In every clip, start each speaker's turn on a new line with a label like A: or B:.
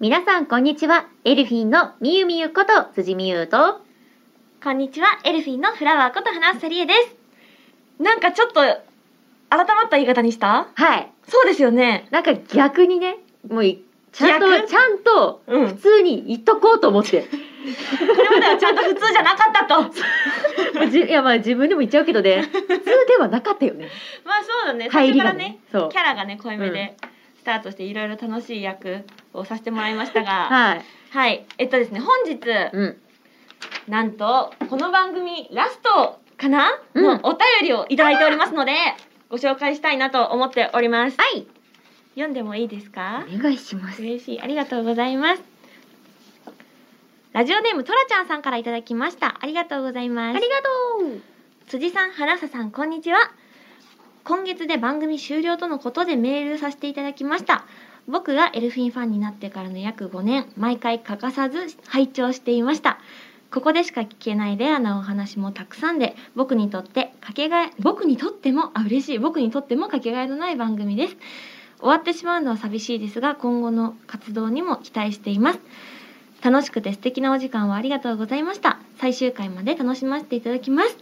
A: 皆さん、こんにちは。エルフィンのみゆみゆこと辻みゆと、
B: こんにちは、エルフィンのフラワーこと花瀬理恵です。なんかちょっと改まった言い方にした
A: はい。
B: そうですよね。
A: なんか逆にね、もうい、ちゃんと、
B: 逆
A: ちゃんと、
B: う
A: 普
B: ん。
A: 通に言っとこうと思って。
B: これまではちゃんと普通じゃなかった と。
A: もうじいや、まあ自分でも言っちゃうけどね、普通ではなかったよね。
B: まあそうだね。最
A: 入
B: 初
A: り
B: か
A: が
B: らね
A: ね、。そう
B: キ。ャラがね、濃いめでスタートしていろいろ楽しい役をさせてもらいましたが、
A: はい。
B: はい。えっとですね、本日、
A: うん。
B: なんと、この番組ラストかな
A: うん
B: のお便りをいただいておりますので、ご紹介したいなと思っております。
A: はい。
B: 読んでもいいですか
A: お願いします。
B: 嬉しいありがとうございますラジオネームとらちゃんさんからいただきましたありがとうござい
A: あ
B: ま
A: り
B: す
A: がとう。
B: 辻さん原ささんこんにちは今月で番組終了とのことでメールさせていただきました僕がエルフィンファンになってからの約5年毎回欠かさず拝聴していましたここでしか聞けないレアなお話もたくさんで僕にとってかけがえ僕にとってもあ嬉しい僕にとってもかけがえのない番組です終わってしまうのは寂しいですが今後の活動にも期待しています楽しくて素敵なお時間をありがとうございました最終回まで楽しませていただきます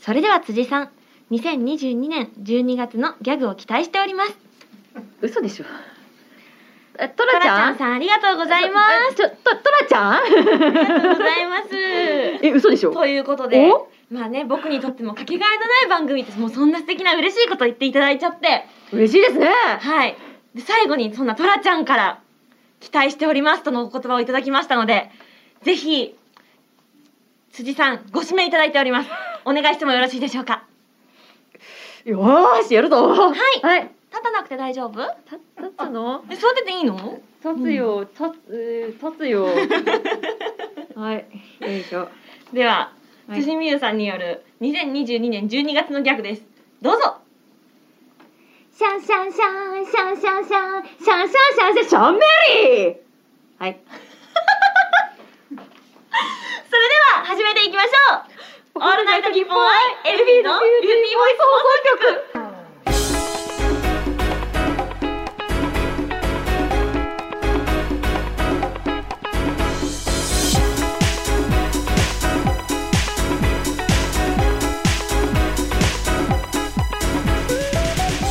B: それでは辻さん2022年12月のギャグを期待しております
A: 嘘でしょ。えト
B: トラ
A: ラ
B: ち
A: ちゃ
B: ゃ
A: ん
B: んさんありがとうございま
A: えちょ、と、トラちゃん
B: すありがとうございます
A: え、嘘でしょ
B: ということで
A: お
B: まあね僕にとってもかけがえのない番組ですもうそんな素敵な嬉しいこと言っていただいちゃって
A: 嬉しいですね。
B: はいで最後にそんなトラちゃんから期待しておりますとのお言葉をいただきましたのでぜひ辻さんご指名いただいておりますお願いしてもよろしいでしょうか
A: よーし、やるぞ。はいはい。
B: 立たなくて大丈夫
A: た、立つの
B: え座ってていいの
A: 立つよ、立つ、立つよ。はい。よいしょ。
B: では、
A: はい
B: 辻美優さんによる2022年12月のギャグですどうぞ
A: シャンシャンシャン、シャンシャンシャン、シャンシャンシャンシャン、シャンメリーはい。
B: それでは始めていきましょうオールナイトニッポンアイエルフィーのビューティーボイス放送局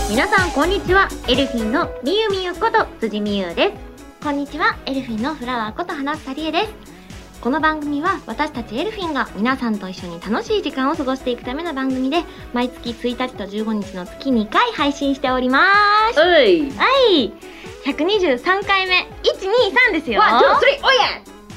A: 皆さん、こんにちは。エルフィンのみゆみゆこと辻みゆです。
B: こんにちはエルフィンのフラワーこと花さりえですこの番組は私たちエルフィンが皆さんと一緒に楽しい時間を過ごしていくための番組で毎月1日と15日の月2回配信しております
A: おい。
B: はい123回目123ですよ
A: ワン、ツー、スリー、おい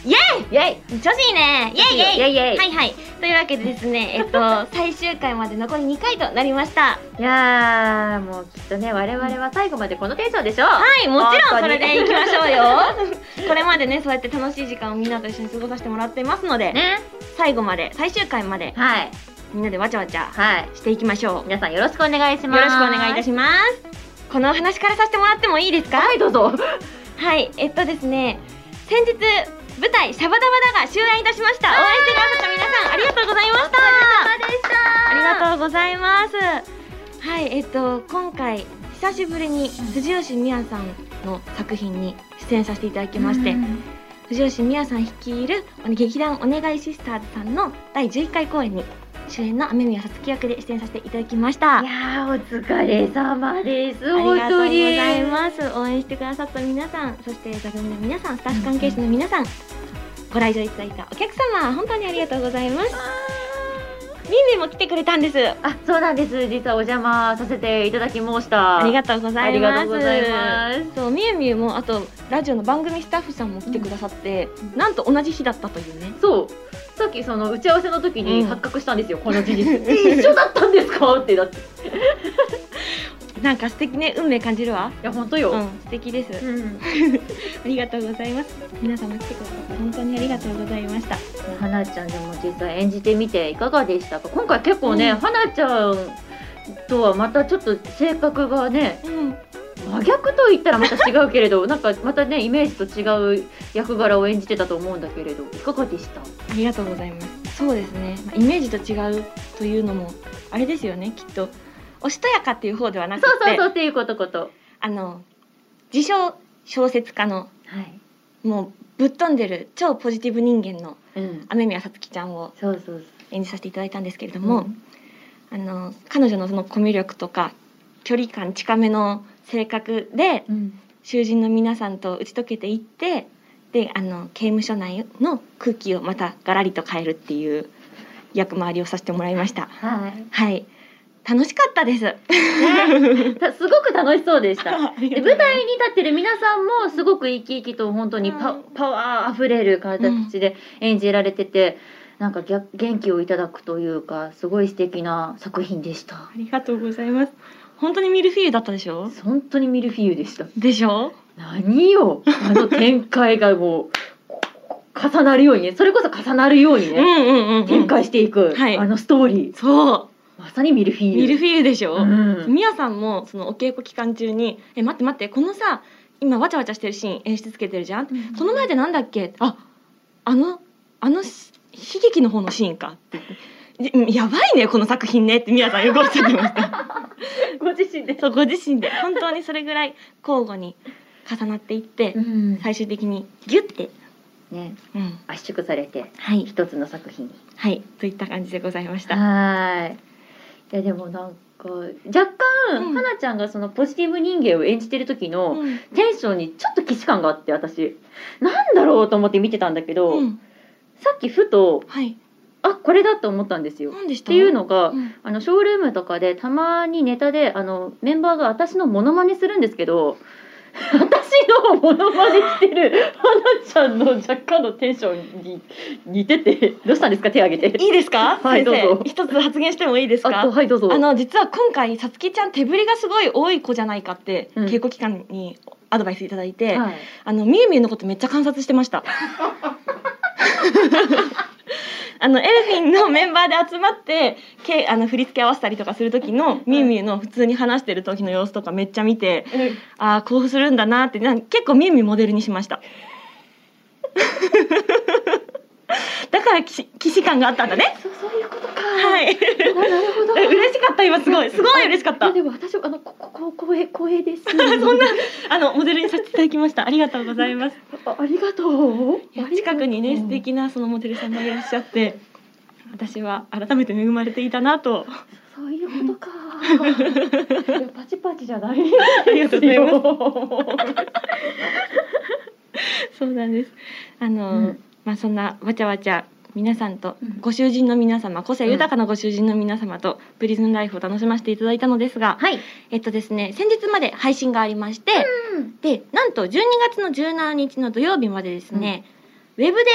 B: イエ
A: やイェイ
B: イ調子いいねイエイイエイ
A: イェイイェイ
B: はいはい。というわけでです ね、えっと、最終回まで残り2回となりました。はい
A: やー、もうきっとね、我々は最後までこのテンションでしょ
B: い、もちろん
A: 本
B: そ
A: 当
B: れ
A: に
B: でいきましょうよ。 これまでね、そうやって楽しい時間をみんなと一緒に過ごさせてもらっていますので、
A: ね。
B: 最後まで、最終回まで、
A: はい。
B: みんなでわちゃわちゃ
A: はい。
B: していきましょう。よ
A: 皆さんよろしくお願いします。
B: ろしくお願いいた
A: し
B: します。このお話からさせてもらってもいいですか
A: はい、どうぞ。
B: はい、えっとですね、先日、舞台、シャバダバダが終演いたしました。お会いしてくださった皆さん、ありがとうございました。
A: でした
B: ありがとうございます。はい、えっと、今回、久しぶりに藤吉美也さんの作品に出演させていただきまして、藤吉美也さん率いる劇団お願いシスターズさんの第11回公演に主演の雨宮さつき役で出演させていただきました。
A: い
B: あ
A: やーお疲れ様です。
B: り
A: 本
B: がとう
A: 当
B: ご
A: に。
B: ざいます。応援してくださった皆さん、そして座組の皆さん、スタッフ関係者の皆さん、ご来場いただいたお客様、本当にありがとうございます。みんめも来てくれたんです。
A: あ、そうなんです。実はお邪魔させていただきました。
B: ありがとうござ
A: あ
B: い
A: り
B: ま
A: が
B: す。
A: とうございます。
B: そうみゆみゆもあとラジオの番組スタッフさんも来てくださって、なんと同じ日だったというね
A: そう。さっきその打ち合わせの時に
B: うん
A: 発覚したんですよ、この事実え一緒だったんですかってだってい
B: なんか素敵ね運命感じるわ
A: や本当
B: う
A: よ、
B: ん素敵です、
A: うん
B: ありがとうございます皆様来てくださって本当にありがとうございました
A: はなちゃんでも実際演じてみていかがでしたか今回結構ね、
B: うん
A: はなちゃんとはまたちょっと性格がね
B: うん
A: 真逆と言ったらまた違うけれど なんかまたねイメージと違う役柄を演じてたと思うんだけれどいかがでした
B: ありがとうございますそうですね、まあ、イメージと違うというのもあれですよねきっ とおしとやかっていう方ではなくて
A: そうそうそうっていうことこと
B: あの自称小説家の
A: はい。
B: もうぶっ飛んでる超ポジティブ人間の
A: うん。
B: 雨宮さつきちゃんを
A: そうそう
B: 演じさせていただいたんですけれど
A: そう。
B: も、あの彼女のそのコミュ力とか距離感近めの性格で
A: うん。
B: 囚人の皆さんと打ち解けていってであの刑務所内の空気をまたガラリと変えるっていう役回りをさせてもらいました。
A: はい。
B: はい楽しかった です。
A: ね、た すごく楽しそうで した。で舞台
B: に
A: に立ってる皆さんもすごく生き生きと本当にパ,、
B: うん
A: パワーあふれる形で演じられてて、なんか逆元気をいただくというかすごい素敵な作品でした
B: ありがとうございます。本当にミルフィーユだったでしょ
A: 本当にミルフィーユでした
B: でしょ
A: 何よあの展開がもう重なるようにねそれこそ重なるように
B: うんう
A: ね、
B: んうんうん。
A: 展開していく、
B: はい
A: あのストーリ
B: そう
A: ーまさにミルフィーユ
B: ミルフィーユでしょ、
A: うん
B: みやさんもそのお稽古期間中に「え待って待ってこのさ今わちゃわちゃしてるシーン演出つけてるじゃんその前でなんだっけああのあのし悲劇の方のシーンか」って言っていややばいねこの作品ね」ってみやさんよくおっしゃってました
A: ご自身で、
B: そうご自身で本当にそれぐらい交互に重なっていって、
A: ん
B: 最終的にギュッて、
A: ね、
B: うん、
A: 圧縮されて
B: はい
A: 一つの作品に
B: はいといった感じでございました。
A: はーい。いやでもなんか若干、
B: うん
A: かなちゃんがそのポジティブ人間を演じてる時の
B: うん
A: テンションにちょっと既視感があって私なんだろうと思って見てたんだけど、
B: うん
A: さっきふと
B: はい
A: あこれだと思ったんですよ。っ
B: 何でした
A: ていうのが、
B: うん
A: あのショールームとかでたまにネタであのメンバーが私のモノマネするんですけど私のモノマネしてるかなちゃんの若干のテンションに似ててどうしたんですか手挙げて。
B: いいですか、
A: はい
B: 先
A: どうぞ
B: 生一つ発言してもいいです
A: あ
B: か
A: はいどうぞ。
B: あの実は今回さつきちゃん手振りがすごい多い子じゃないかって、
A: うん
B: 稽古期間にアドバイスいただいて、
A: はい
B: あのみゆみゆのことめっちゃ観察してました あのエルフィンのメンバーで集まってけあの振り付け合わせたりとかする時のみゆみゆの普通に話してる時の様子とかめっちゃ見てああこうするんだなってなん結構みゆみゆモデルにしました だからき既視感があったんだね
A: そうそういうことか。
B: は
A: な
B: い
A: るほど。
B: え 嬉しかった今すごいすごい嬉しか
A: い
B: っ た
A: やでも私はあのここここ光栄光栄です。そ
B: そんなあのモデルにさせていただきましたありがとうございます
A: あありがとう。
B: いや近くにね素敵なそのモデルさんがいらっしゃって私は改めて恵まれていたなと
A: そういうことか。いやパチパチじゃない。
B: ありがとうございます
A: ま
B: そうなんですあの、
A: うん
B: まあそんなわちゃわちゃ皆さんと
A: うん
B: ご囚人の皆様個性豊かなご囚人の皆様とプリズンライフを楽しませていただいたのですが、
A: はい。
B: えっとですね先日まで配信がありまして、
A: うん。
B: でなんと12月の17日の土曜日までですね、ウェブで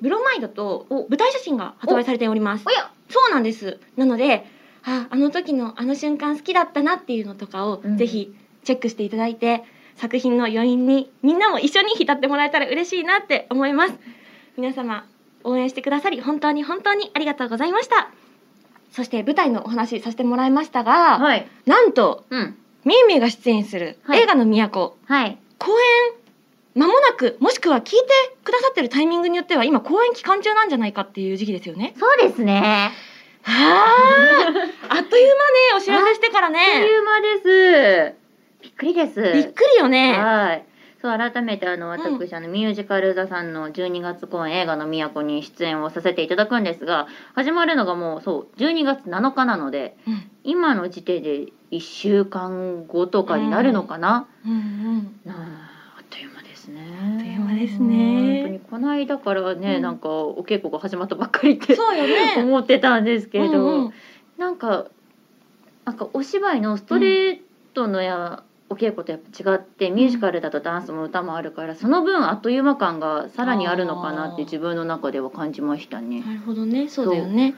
B: ブロマイドと舞台写真が発売されております
A: おや。
B: そうなんですなのでああの時のあの瞬間好きだったなっていうのとかを、
A: うん
B: ぜひチェックしていただいて作品の余韻にみんなも一緒に浸ってもらえたら嬉しいなって思います皆様応援してくださり本当に本当にありがとうございましたそして舞台のお話させてもらいましたが、
A: はい。
B: なんと
A: うん。
B: みゆみゆが出演する
A: はい
B: 映画の都、
A: はい。
B: 公演間もなくもしくは聞いてくださってるタイミングによっては今公演期間中なんじゃないかっていう時期ですよね。
A: そうですね。
B: はあ、あっという間ねお知らせしてから
A: あっと
B: ね
A: いう間です。びっくりです。
B: びっくりよね
A: はい。そう改めてあの私、あのミュージカル座さんの12月公演映画の都に出演をさせていただくんですが始まるのがもうそう12月7日なので
B: うん
A: 今の時点で1週間後とかになるのかな、
B: うんうん
A: なああっという間ですねあ
B: っという間ですね
A: 本当にこの間からね、
B: うん
A: なんかお稽古が始まったばっかりって
B: そうよね
A: 思ってたんですけれど、
B: うんうん
A: なんかなんかお芝居のストレートのや、お稽古とやっぱ違ってミュージカルだとダンスも歌もあるからその分あっという間感がさらにあるのかなって
B: あー
A: 自分の中では感じましたね。
B: なるほどねそうだよね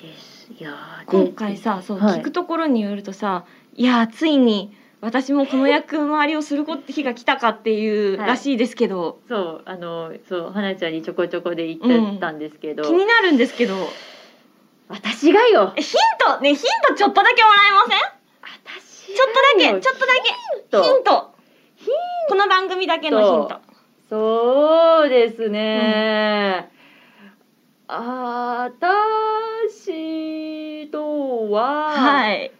A: ですいやーで
B: 今回さそう、
A: はい
B: 聞くところによるとさいやーついに私もこの役回りをするこ日が来たかっていう
A: はい
B: らしいですけど、
A: そうあのそう花ちゃんにちょこちょこで言ってたんですけど、
B: 気になるんですけど
A: 私がよ
B: えヒントねヒントちょっとだけもらえません
A: 私
B: ちょっとだけちょっとだ
A: と
B: けヒントこの番組だけのヒント
A: そうですね。あたしとは、
B: はい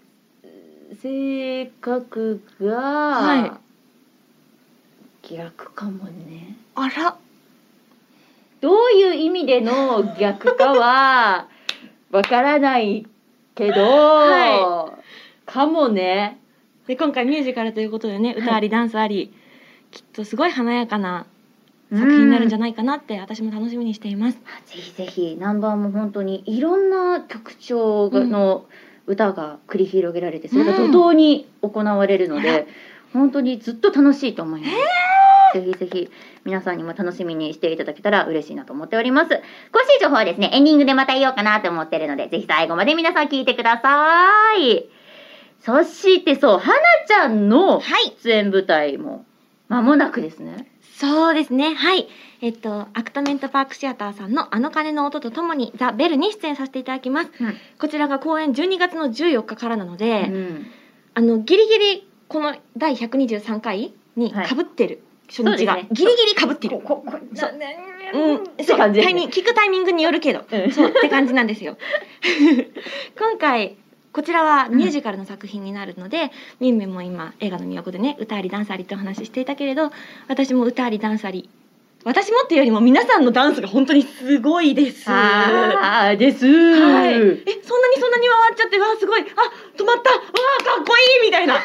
A: 性格が、
B: は
A: 逆かもね
B: あら
A: どういう意味での逆か はわからないけど、
B: は
A: かもね
B: で今回ミュージカルということでね歌ありダンスあり、きっとすごい華やかな作品になるんじゃ
A: ない
B: ないかなって私も楽しみにしています。
A: ぜひぜひナンバーも本当にいろんな曲調がの歌が繰り広げられてそれが怒涛に行われるので、本当にずっと楽しいと思います。ぜひぜひ皆さんにも楽しみにしていただけたら嬉しいなと思っております。詳しい情報はですね、エンディングでまた言おうかなと思ってるので、ぜひ最後まで皆さん聞いてください。そしてそう、はなちゃんの
B: はい、
A: 出演舞台も間もなくですね。
B: そうですね。はい。えっと、アクタメントパークシアターさんのあの鐘の音とともにザ・ベルに出演させていただきます。
A: うん
B: こちらが公演12月の14日からなの
A: う
B: で、
A: ん、
B: あの、ギリギリこの第123回に
A: はい
B: 被ってる、初日が、
A: そうですね
B: ギリギリ被ってる。
A: ここ
B: そう
A: なね
B: うん、
A: って
B: そう
A: 感じですね
B: タイミング聞くタイミングによるけど、
A: うん
B: そうって感じなんですよ。 今回こちらはミュージカルの作品になるので、みんめも今映画の魅力でね歌ありダンスありってお話ししていたけれど私も歌ありダンスあり私もっていうよりも皆さんのダンスが本当にすごいです。は
A: あーです、
B: い、えそんなにそんなに回っちゃってわあすごいあ止まったわあかっこいいみたいな な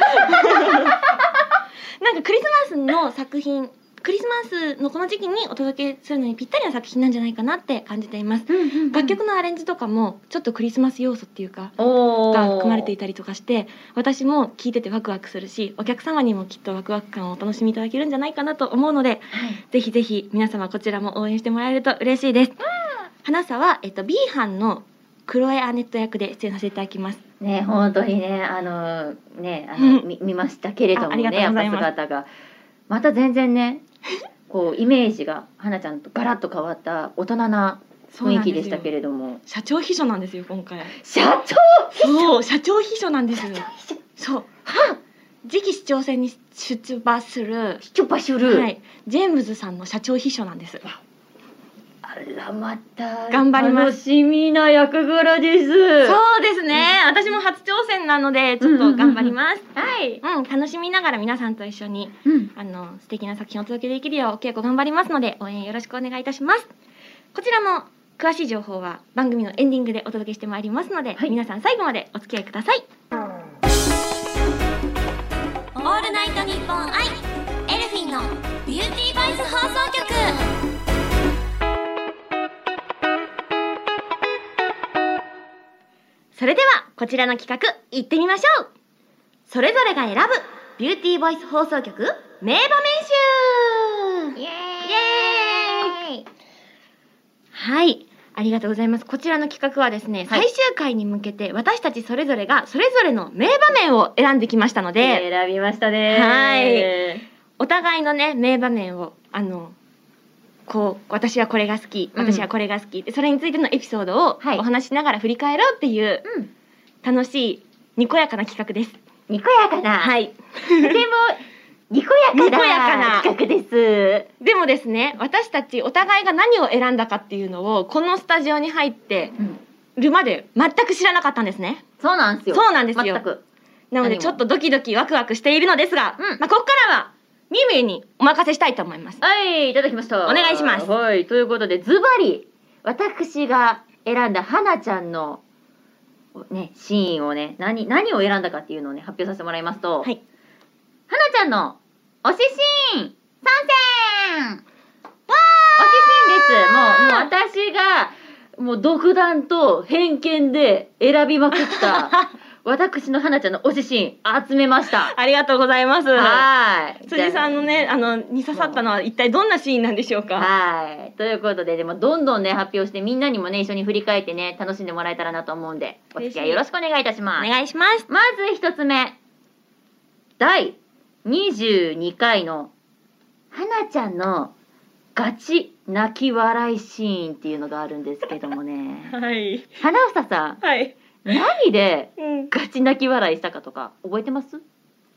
B: んかクリスマスの作品クリスマスのこの時期にお届けするのにぴったりな作品なんじゃないかなって感じています楽曲のアレンジとかもちょっとクリスマス要素っていうかが
A: が
B: 組まれていたりとかして私も聴いててワクワクするしお客様にもきっとワクワク感をお楽しみいただけるんじゃないかなと思うのでぜひぜひ皆様こちらも応援してもらえると嬉しいです。花さは、えっと、B 班のクロエ・アネット役で出演させていただきます。
A: ね本当にねあのねあの、
B: うん
A: み見ましたけれども
B: ああ
A: ね
B: りがとう
A: やっ
B: ご
A: ぱ
B: ざいます
A: 姿がまた全然ねこうイメージが花ちゃんとガラッと変わった大人な雰囲気でしたけ
B: ど
A: れども
B: 社長秘書なんですよ今回。
A: 社長
B: そう社長秘書なんですよ。
A: 秘書
B: そう次期市長選に出馬する、
A: チョパシュル、
B: はい、ジェームズさんの社長秘書なんです。
A: あらまた
B: 頑張ります
A: 楽しみな役柄です
B: そうですね、私も初挑戦なのでちょっと頑張ります、
A: はい、
B: うん楽しみながら皆さんと一緒に
A: うん、
B: あの素敵な作品をお届けできるようお稽古頑張りますので応援よろしくお願いいたしますこちらも詳しい情報は番組のエンディングでお届けしてまいりますので、
A: はい
B: 皆さん最後までお付き合いくださいオールナイトニッポンアイエルフィンのビューティーバイス放送局それではこちらの企画行ってみましょうそれぞれが選ぶビューティーボイス放送局名場面集
A: イエーイ
B: はいありがとうございますこちらの企画はですね、
A: はい
B: 最終回に向けて私たちそれぞれがそれぞれの名場面を選んできましたので、
A: 選びましたね
B: はいお互いのね名場面をあのこう私はこれが好き
A: うん
B: 私はこれが好き、でそれについてのエピソードを
A: はい
B: お話しながら振り返ろうっていう
A: うん
B: 楽しいにこやかな企画です。
A: にこやかな、
B: はい、
A: とてもにこや
B: にこやかな
A: かな企画です
B: でもですね私たちお互いが何を選んだかっていうのをこのスタジオに入ってるまで全く知らなかったんですね。
A: そうなんです
B: そ
A: よ。
B: うなんですよ
A: 全。く。
B: なの
A: 何
B: で
A: も
B: ちょっとドキドキワクワクしているのですが、
A: うん
B: まあここからはミミにお任せしたいと思います。
A: はい、いただきました。
B: お願いします
A: はい、ということで、ズバリ、私が選んだ花ちゃんの、ね、シーンをね、何、何を選んだかっていうのをね、発表させてもらいますと、
B: はい。
A: 花ちゃんの、推しシーン、参戦推しシーンです。もう、もう私が、もう独断と偏見で選びまく った、私の花ちゃんの推しシーン、集めました。
B: ありがとうございます。
A: はい。
B: 辻さんのねあのに刺さったのは一体どんなシーンなんでしょうか。
A: はい。ということで、でもどんどんね、発表して、みんなにもね、一緒に振り返ってね、楽しんでもらえたらなと思うんで、お付き合いよろしくお願いいたし
B: お
A: ます。
B: 願いします。
A: まず一つ目。第22回の、花ちゃんのガチ泣き笑いシーンっていうのがあるんですけども ね。
B: はい
A: 花房さん、
B: はい。
A: 何で
B: うん
A: ガチ泣き笑いしたかとか、覚えてます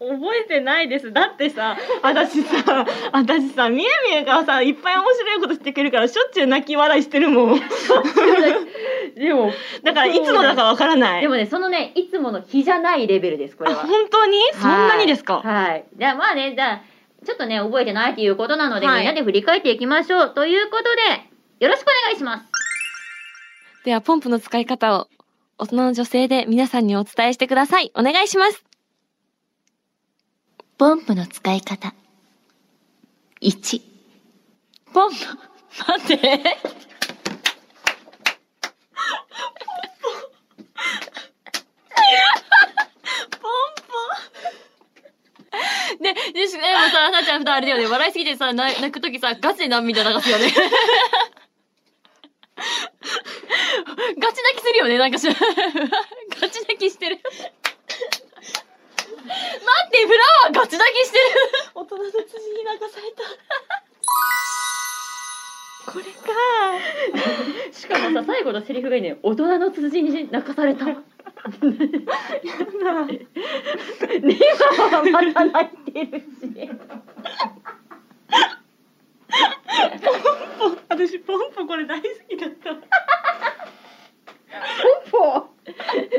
B: 覚えてないです。だってさ、私さ、私さ、みやみやがさ、いっぱい面白いことしてくれるから、しょっちゅう泣き笑いしてるもん。
A: でも、
B: だから、いつのだかわからない。
A: でもね、そのね、いつもの日じゃないレベルです、これ
B: あ、
A: は。
B: 本当に、そんなにですか。
A: はい。じゃあまあね、じゃあ、ちょっとね覚えてないっていうことなので、
C: はい
A: みんなで振り返っていきましょうということでよろしくお願いします
C: ではポンプの使い方を大人の女性で皆さんにお伝えしてください。お願いします。ポンプの使い方。1。ポンプ、待って。ね、でし、でもさ、さっちゃん、あれだよね、笑いすぎてさ、泣くときさ、ガチで涙流すよね。ガチ泣きするよね、なんかしら。ガチ泣きしてる。待って、フラワーガチ泣きしてる。
A: 大人の辻に流され
C: これか。
A: たしかもさ最後のセリフがいいね大人の辻に泣かされたね今はまた泣いてるし
C: 私、ポンポこれ大好きだった。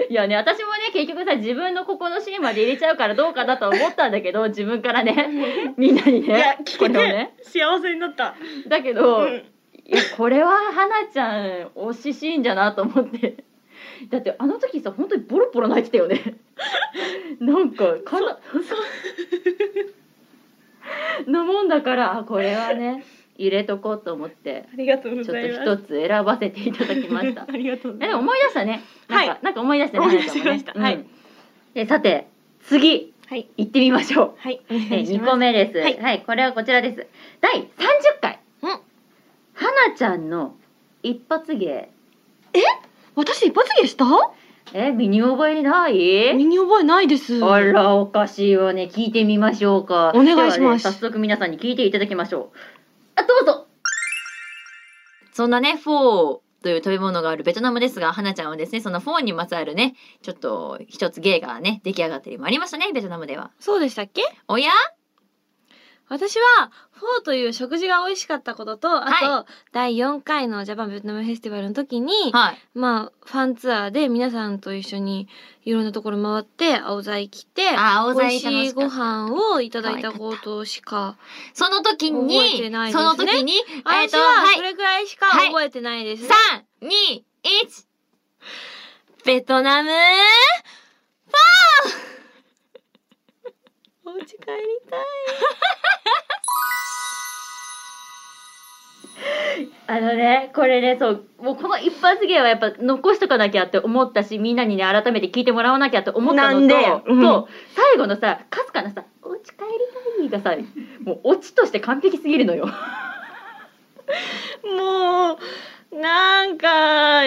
A: いやね私もね結局さ自分のここのシーンまで入れちゃうからどうかなとは思ったんだけど自分から ねみんなに
B: いや
A: ね
B: 聞
A: こ
B: け
A: れをね
B: て幸せになった。
A: だけど、
B: うん
A: いやこれは花ちゃん推しシーンじゃなと思ってだってあの時さ本当にボロボロ泣いてたよ ねなんかかななもんだからあこれはね入れとこうと思って
B: ありがとうご
A: ちょ
B: ざいます。
A: っと一つ選ばせていただきました
B: ありがとうござ
A: え
B: い
A: でも
B: ます。
A: 思い出したねなんか、
B: は
A: なんか思い出したね
B: 思い出しまし
A: 花ちゃん
B: た
A: もね
B: はい
A: うんでさて次
B: はい
A: 行ってみましょう
B: はい。
A: え
B: 二
A: 2個目です、は
B: はいい
A: これはこちらです第30回
C: うん
A: はなちゃんの一発芸
C: 私、一発芸した
A: え身に覚えない
C: 身に覚えないです。
A: あらおかしいわね聞いてみましょうか
C: お願いします
A: ではね早速皆さんに聞いていただきましょうあどうぞ
C: そんなね、フォーという食べ物があるベトナムですが、花ちゃんはですね、そのフォーにまつわるね、ちょっと一つ芸がね、出来上がったりもありましたね、ベトナムでは。
D: そうでしたっけ
C: おや
D: 私は、フォーという食事が美味しかったことと、あと、
C: は
D: 第4回のジャパンベトナムフェスティバルの時に、
C: はい。
D: まあ、ファンツアーで皆さんと一緒にいろんなところ回って、青材来て、
C: あ、青
D: 美
C: 剤
D: 味しいご飯をいただいた
C: 可愛
D: こ
C: かった
D: としか、
C: その時に、
D: 覚えてないです
C: そ
D: ね
C: の時に、えっ、
D: 私
C: と、
D: は
C: は
D: そ
C: い。
D: れくらいしか
C: はい
D: 覚えてないですね。
C: 三、二、一。ベトナム
D: お家帰りたい。
A: あのねこれねそうもうこの一発芸はやっぱ残しとかなきゃって思ったしみんなにね改めて聞いてもらわなきゃって思ったのと
B: なんでうん
A: と最後のさかすかなさ「お家帰りたい」がさもうオチとして完璧すぎるの よ。
B: もうなんか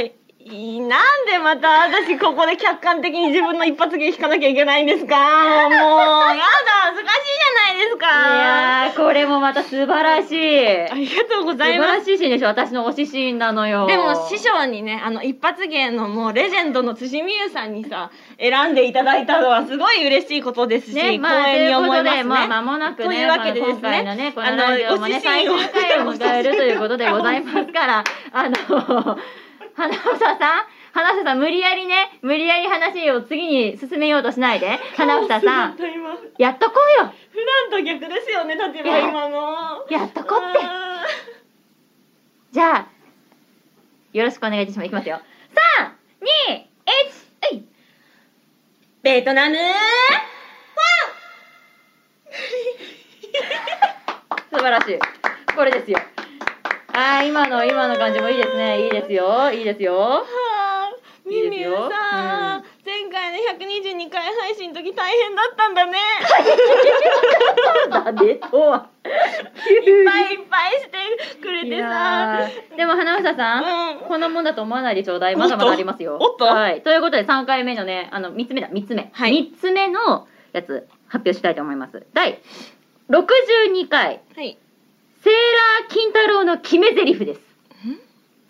B: いいなんでまた私ここで客観的に自分の一発芸引かなきゃいけないんですかもうやだ恥ずかしいじゃないです
A: い
B: か
A: やーこれもまた素晴らしい
B: あ。りがとうご
A: 素
B: ざい
A: 晴
B: ま
A: ら
B: す
A: しいシーンでしょ私の推しシーンなのよ。
B: でも師匠にねあの一発芸のもうレジェンドの辻美優さんにさ選んでいただいたのはすごい嬉しいことですし、
A: ね、まあ、と
B: 光栄
A: いう
B: に
A: こ
B: 思
A: と
B: います
A: で、
B: ね、
A: まあ、間もなくね、
B: というわけでですね
A: まあ今回のね、こ
B: あ
A: の
B: の
A: ラジオもね、
B: 推しシーン
A: 最
B: を
A: 終回を迎えるということでございますから、あの、花房さん、花房さん、無理やりね、無理やり話を次に進めようとしないで、花房さん、
B: 本当今普
A: やっとこうよ
B: 段と逆ですよね立場今の
A: やっとこうってじゃあ、よろしくお願いいたします。いきますよ。3、2、1、うい
B: ベトナム
A: 素晴らしい。これですよ。あー今の今の感じもいいですね。いいですよ。いいですよ。
B: はあ
A: いい
B: ミ
A: です
B: ミ
A: よ
B: ュウさん、
A: うん
B: 前回の122回配信の時大変だったんだね
A: だねとは。
B: いっぱいいっぱいしてくれ
A: い
B: て
A: や
B: さ
A: ーでも花房さん、
B: うん
A: こんなもんだと思わないでちょうだいまだまだありますよ
B: おっとおっと
A: はい、ということで3回目のねあの3つ目だ3つ目、
B: はい
A: 3つ目のやつ発表したいと思います第62回、
B: はい
A: セーラー金太郎の決め台詞です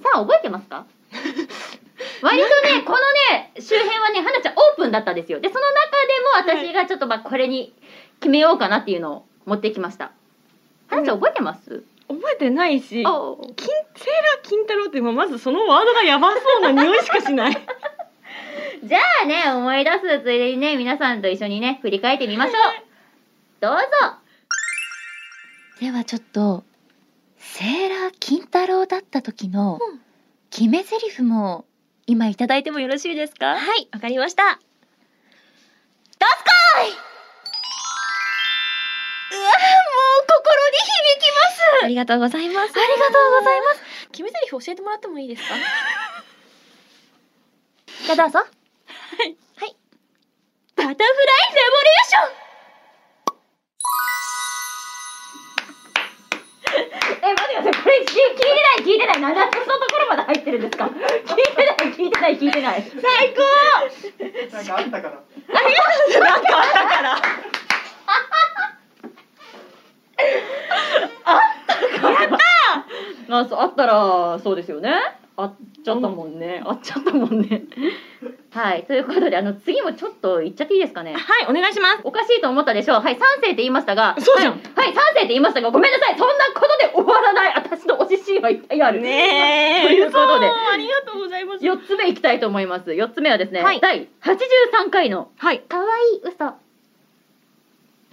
A: さあ覚えてま すか割とねこのね周辺はね花ちゃんオープンだったんですよでその中でも私がちょっとまあこれに決めようかなっていうのを持ってきました花ちゃん覚えてます、
B: 覚えてないし
A: あ
B: 金セーラー金太郎ってまあまずそのワードがやばそうな匂いしかしない
A: じゃあね、思い出すついでにね、皆さんと一緒にね、振り返ってみましょう。どうぞ。
E: ではちょっとセーラー金太郎だった時の
F: うん
E: 決め台詞も今いただいてもよろしいです
F: は
E: か
F: い、わかりました。どすこい。うわあ、もう心に響きます。ありがとうございます。ありがとうございます。決め台詞教えてもらってもいいですか。
E: じゃあどうぞ
F: バタフライレボリューション。
A: え、待ってください。これ、聞いてない、聞いてない。なんで私のところまで入ってるんですか。聞いてない、聞いてない、聞いてない。最高。
G: なんかあったから。
A: まあ、そうあったら、そうですよね。あっちゃったもんね。あっちゃったもんね。はい、ということで、あの、次もちょっと言っちゃっていいですかね。
B: はい、お願いします。
A: おかしいと思ったでしょう。はい、三世って言いましたが。
B: そうじゃん
A: はい、はい、三世って言いましたが、ごめんなさい。そんなことで終わらない。私の推しシーンはいっぱいある。
B: ねえ。
A: ということで
B: 嘘ありがとうございます。
A: 四つ目いきたいと思います。四つ目はですね、
B: はい
A: 第八十三回の
B: はい。
A: 可愛い嘘。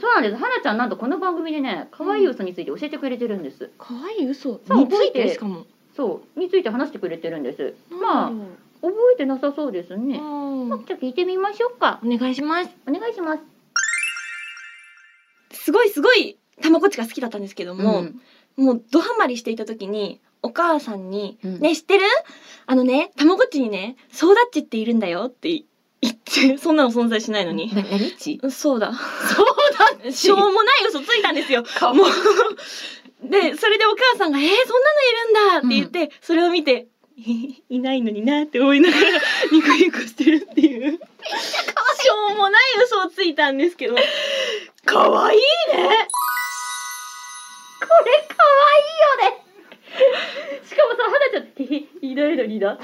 A: そうなんです。はなちゃんなんとこの番組でね、可愛い嘘について教えてくれてるんです。
F: 可愛い嘘
A: そう
F: につい
A: 覚え
F: て
A: て
F: しかも。
A: そう、について話してくれてるんです。まあ
F: うん
A: 覚えてなさそうですね。
F: うん
A: ま
F: お
A: あじゃあ聞いてみましょうか。
F: 願いします。
A: お願いします。
H: すごいすごいたまごっちが好きだったんですけども、
A: うん
H: もうドハマりしていた時にお母さんに「
A: うん
H: ね知ってるあのねたまごっちにねソーダっちっているんだよ」って言ってそんなの存在しないのに。
E: な何ち
H: そうだ。そうだ。しょうもない嘘ついたんですよ。もう。で、それでお母さんが、えー、そんなのいるんだって言って、それを見て、いないのになって思いながら、ニコニコしてるっていう。しょうもない嘘をついたんですけど、かわいいね
A: これ可愛いよね。しかもさ、はなちゃんってひいないのにだ。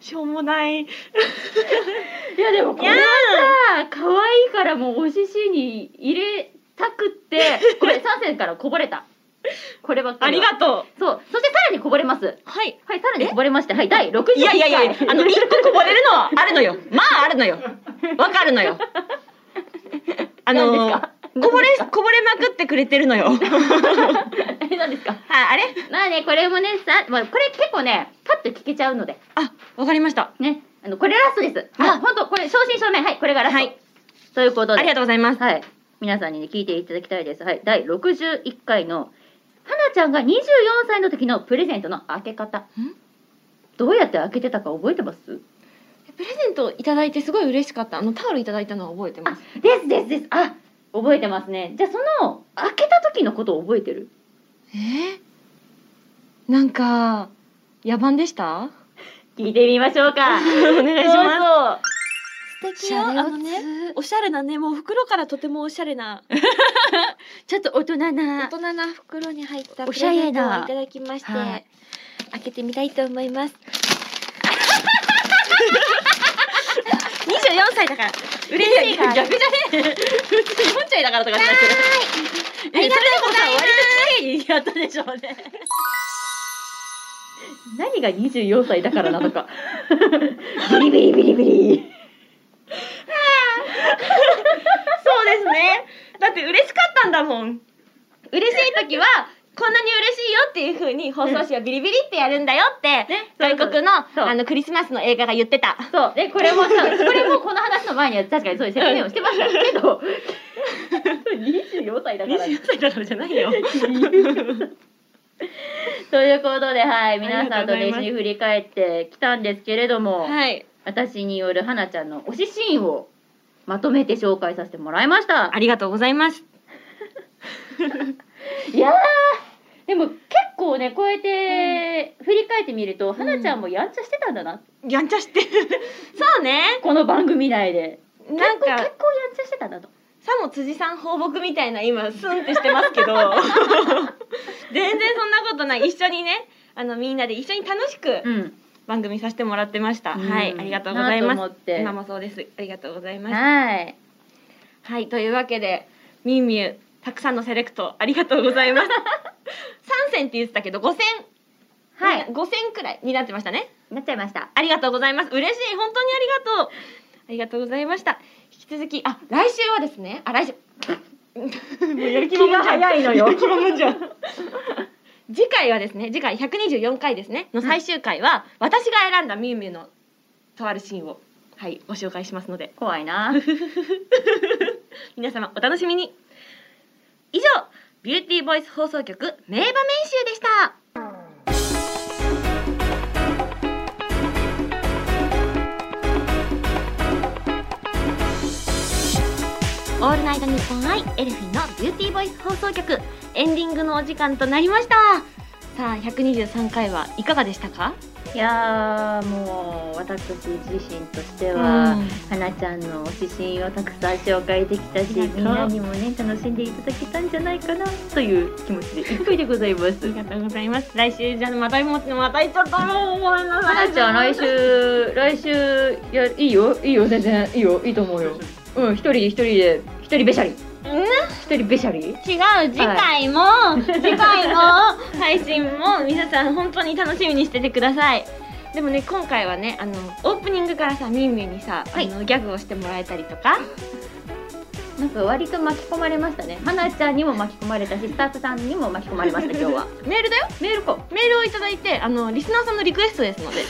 H: しょうもない。
A: いやでもこれはさ可愛いからもうおししに入れたくってこれ3戦からこぼれたこればっか
H: あ
A: り
H: り
A: は
H: がと
A: そうそしてさらにこぼれます
H: う。はい。
A: はいさらにこぼれましてはい第6回
B: いやいやいやいや、あの一個こぼれるのはあるのよ。まああるのよ。わかるのよ。あの
A: 何ですか
B: こぼれこぼれまくってくれてるのよ。
A: え何ですか
B: あ、あれ？
A: まあねこれもねさ、まあ、これ結構ねパッと聞けちゃうので
B: あ、わかりました。
A: ねあのこれラストですあ本当これ正真正銘はいこれがラスト、
B: はい
A: ということで
B: ありがとうございます。
A: はい、皆さんに、ね、聞いていただきたいです。はい、第61回の花ちゃんが24歳の時のプレゼントの開け方。どうやって開けてたか覚えてます
F: プレゼントいただいてすごい嬉しかった。あのタオルいただいたのは覚えてます。
A: ですですです。あ、覚えてますね。じゃあその開けた時のことを覚えてる
F: えーなんか野蛮でした？
A: 聞いてみましょうか。
H: お願いします。
A: ま
H: 素敵よ。あのね、おしゃれなね、もう袋からとてもおしゃれな、
F: ちょっと大人な
H: 大人な袋に入った
F: お
H: プ
F: しゃ
H: レゼ
F: れ
H: ントをい
F: な
H: ただきまして、
F: はい
H: 開けてみたいと思います。
B: 二十四歳だから。嬉しいから。逆じゃねえ。もんちょいだからとかじゃなくて。え、それでもさ、割と綺麗にやったでしょうね。
A: す。何が24歳だからなの か。ビリビリビリビリ。
B: そうですね。だって嬉しかったんだもん。嬉しい時は、こんなに嬉しいよっていう風に放送紙はビリビリってやるんだよって、
A: ね
B: 外国の
A: そう
B: あのクリスマスの映画が言ってた。
A: そう。で、これもさ、これもこの話の前には確かにそういう説明をしてましたけ ど、24歳だから。
B: 歳だからじゃないよ。
A: ということで、はい、皆さんとね
B: ありがとうござい
A: 一
B: ま
A: 緒
B: す
A: に振り返ってきたんですけれども、
H: はい。
A: 私による花ちゃんの推しシーンをまとめて紹介させてもらいました
B: あ。りがとうございます。
A: いやー、でも結構ね、こうやって振り返ってみると、花ちゃんもやんちゃしてたんだな、
B: やんちゃしてる。そうね。
A: この番組内で。
B: なん
A: 結構や
B: か、
A: んちゃしてたんだと。
B: さも辻さん放牧みたいな今、スンってしてますけど。 全然そんなことない。一緒にね、あのみんなで一緒に楽しく
A: うん。
B: 番組させてもらってました。はい、ありがとうござい
A: な
B: ま
A: と
B: す
A: 思。って。
B: 今もそうです。ありがとうございます。
A: はい。
B: はい、というわけで、みんみゆ、たくさんのセレクト、ありがとうござい ます。3戦って言ってたけど、5戦、
A: は
B: み
A: い。
B: んな5戦くらいになってましたね。
A: なっちゃいました。
B: ありがとうございます。嬉しい、本当にありがとう。ありがとうございました。引き続き、あ、来週はですね、あ、来週、
I: やる気
J: 気が早いのよ。
B: 次回はですね次回124回ですねの最終回は、私が選んだみゆみゆのとあるシーンをはいご紹介しますので
J: 怖い な。
B: 皆様お楽しみに以上ビューティーボイス放送局名場面集でしたオールナイトニッポンアイエルフィンのビューティーボイス放送局エンディングのお時間となりましたさあ123回はいかがでしたか
J: いやーもう私自身としては、はなちゃんの指針をたくさん紹介できたし
B: ありがとう
J: みんなにもね楽しんでいただけたんじゃないかなという気持ちでいっぱいでございます。
B: ありがとうございます来週じゃあまたもまた行っちゃったよごめんな
J: はなちゃん来週来週いやいいよいいよ全然いいよいいと思うよ。うん一人で一人で一人べしゃり。一人べしゃり。
B: 違う次回も、次回も配信も皆さん本当に楽しみにしててくださいでもね今回はねあのオープニングからさみんみんにさ、あのギャグをしてもらえたりとか
J: なんか割と巻き込まれましたね。はなちゃんにも巻き込まれたしスタッフさんにも巻き込まれました今日 は。
B: メールだよメールかメールをいただいてあのリスナーさんのリクエストですので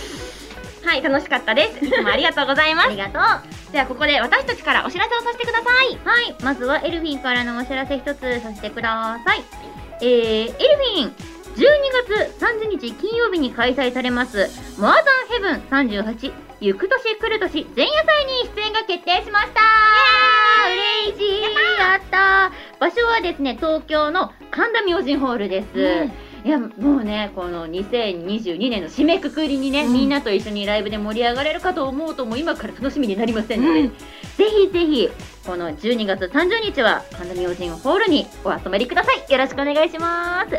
B: はい楽しかった ですいつもありがとうございますありがとうではここで私たちからお知らせをさせてください
A: はい、まずはエルフィンからのお知らせ一つさせてください。えー、エルフィン、12月30日金曜日に開催されます、モアザンヘブン38、ゆく年来る年前夜祭に出演が決定しました嬉しいやったー場所はですね、東京の神田明神ホールです。いやもうねこの2022年の締めくくりにね、みんなと一緒にライブで盛り上がれるかと思うともう今から楽しみになりませんので、ぜひぜひこの12月30日は神田明神ホールにお集まりくださいよろしくお願いします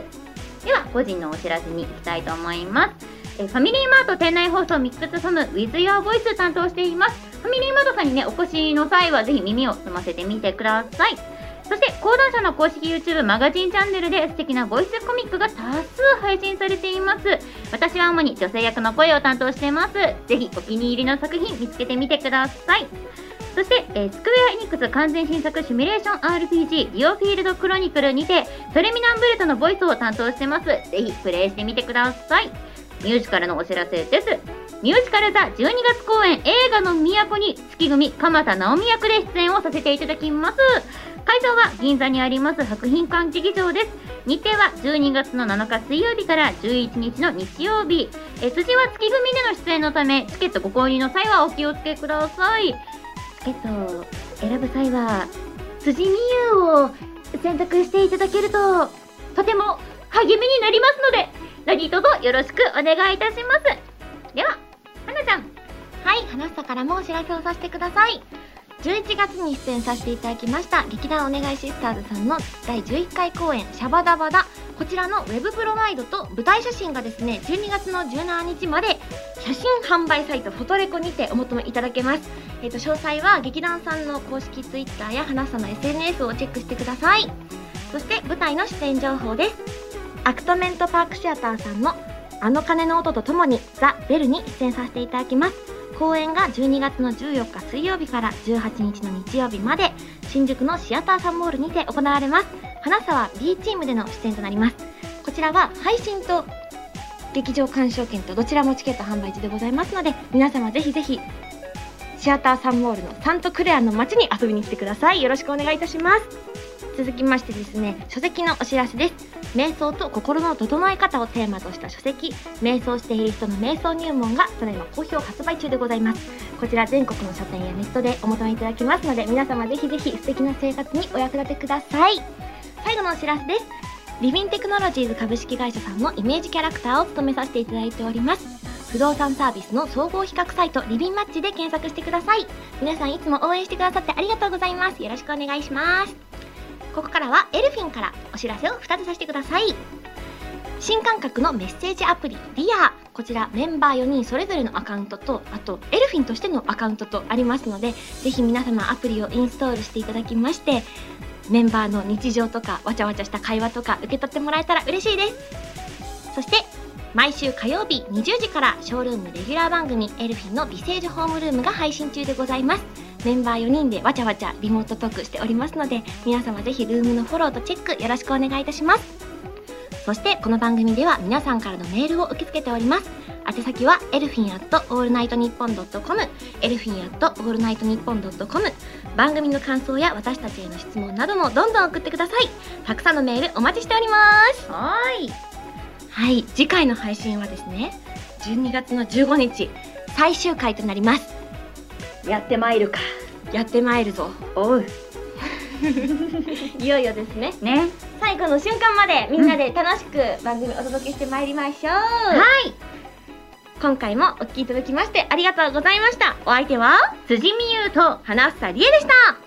A: では個人のお知らせに行きたいと思いますえーファミリーマート店内放送ミックスサム WithYourVoice 担当していますファミリーマートさんにねお越しの際はぜひ耳を澄ませてみてくださいそして講談社の公式 YouTube マガジンチャンネルで素敵なボイスコミックが多数配信されています私は主に女性役の声を担当していますぜひお気に入りの作品見つけてみてくださいそして、えースクウェア・エニックス完全新作シミュレーション RPG ディオフィールド・クロニクルにてトレミナンブルトのボイスを担当してますぜひプレイしてみてくださいミュージカルのお知らせですミュージカル座12月公演映画の都に月組鎌田直美役で出演をさせていただきます会場は銀座にあります博品館劇場です日程は12月の7日水曜日から11日の日曜日え辻は月組での出演のためチケットご購入の際はお気をつけくださいチケットを選ぶ際は辻美優を選択していただけるととても励みになりますので何卒よろしくお願いいたしますでは花ちゃん
B: はい、花房からもお知らせをさせてください。11月に出演させていただきました劇団お願いシスターズさんの第11回公演「シャバダバダ」こちらのウェブプロワイドと舞台写真がですね12月の17日まで写真販売サイトフォトレコにてお求めいただけます、えー、と詳細は劇団さんの公式 Twitter や花さんの SNS をチェックしてくださいそして舞台の出演情報ですアクトメントパークシアターさんの「あの鐘の音とともにザ・ベル」に出演させていただきます公演が12月の14日水曜日から18日の日曜日まで新宿のシアターサンモールにて行われます花沢 B チームでの出演となりますこちらは配信と劇場鑑賞券とどちらもチケット販売中でございますので皆様ぜひぜひシアターサンモールのサントクレアの街に遊びに来てくださいよろしくお願いいたします続きましてですね書籍のお知らせです瞑想と心の整え方をテーマとした書籍瞑想している人の瞑想入門がただいま好評発売中でございますこちら全国の書店やネットでお求めいただけますので皆様ぜひぜひ素敵な生活にお役立てください最後のお知らせですリフィンテクノロジーズ株式会社さんのイメージキャラクターを務めさせていただいております不動産サービスの総合比較サイトリビンマッチで検索してください皆さんいつも応援してくださってありがとうございますよろしくお願いしますここからはエルフィンからお知らせを2つさせてください新感覚のメッセージアプリリアこちらメンバー4人それぞれのアカウントとあとエルフィンとしてのアカウントとありますのでぜひ皆様アプリをインストールしていただきましてメンバーの日常とかわちゃわちゃした会話とか受け取ってもらえたら嬉しいですそして毎週火曜日20時からショールームレギュラー番組エルフィンの美声女ホームルームが配信中でございますメンバー4人でわちゃわちゃリモートトークしておりますので皆様ぜひルームのフォローとチェックよろしくお願いいたしますそしてこの番組では皆さんからのメールを受け付けております宛先はエルフィンアットオールナイトニッポンドットコムエルフィンアットオールナイトニッポンドットコム番組の感想や私たちへの質問などもどんどん送ってくださいたくさんのメールお待ちしております
K: はーい
B: はい次回の配信はですね12月の15日最終回となります
A: やってまいるか
B: やってまいるぞ
A: おう
B: いよいよですね
K: ね
B: 最後の瞬間までみんなで楽しく番組お届けしてまいりましょう、
K: はい
B: 今回もお聴きいただきましてありがとうございましたお相手は
K: 辻美優と
B: 花房理恵でした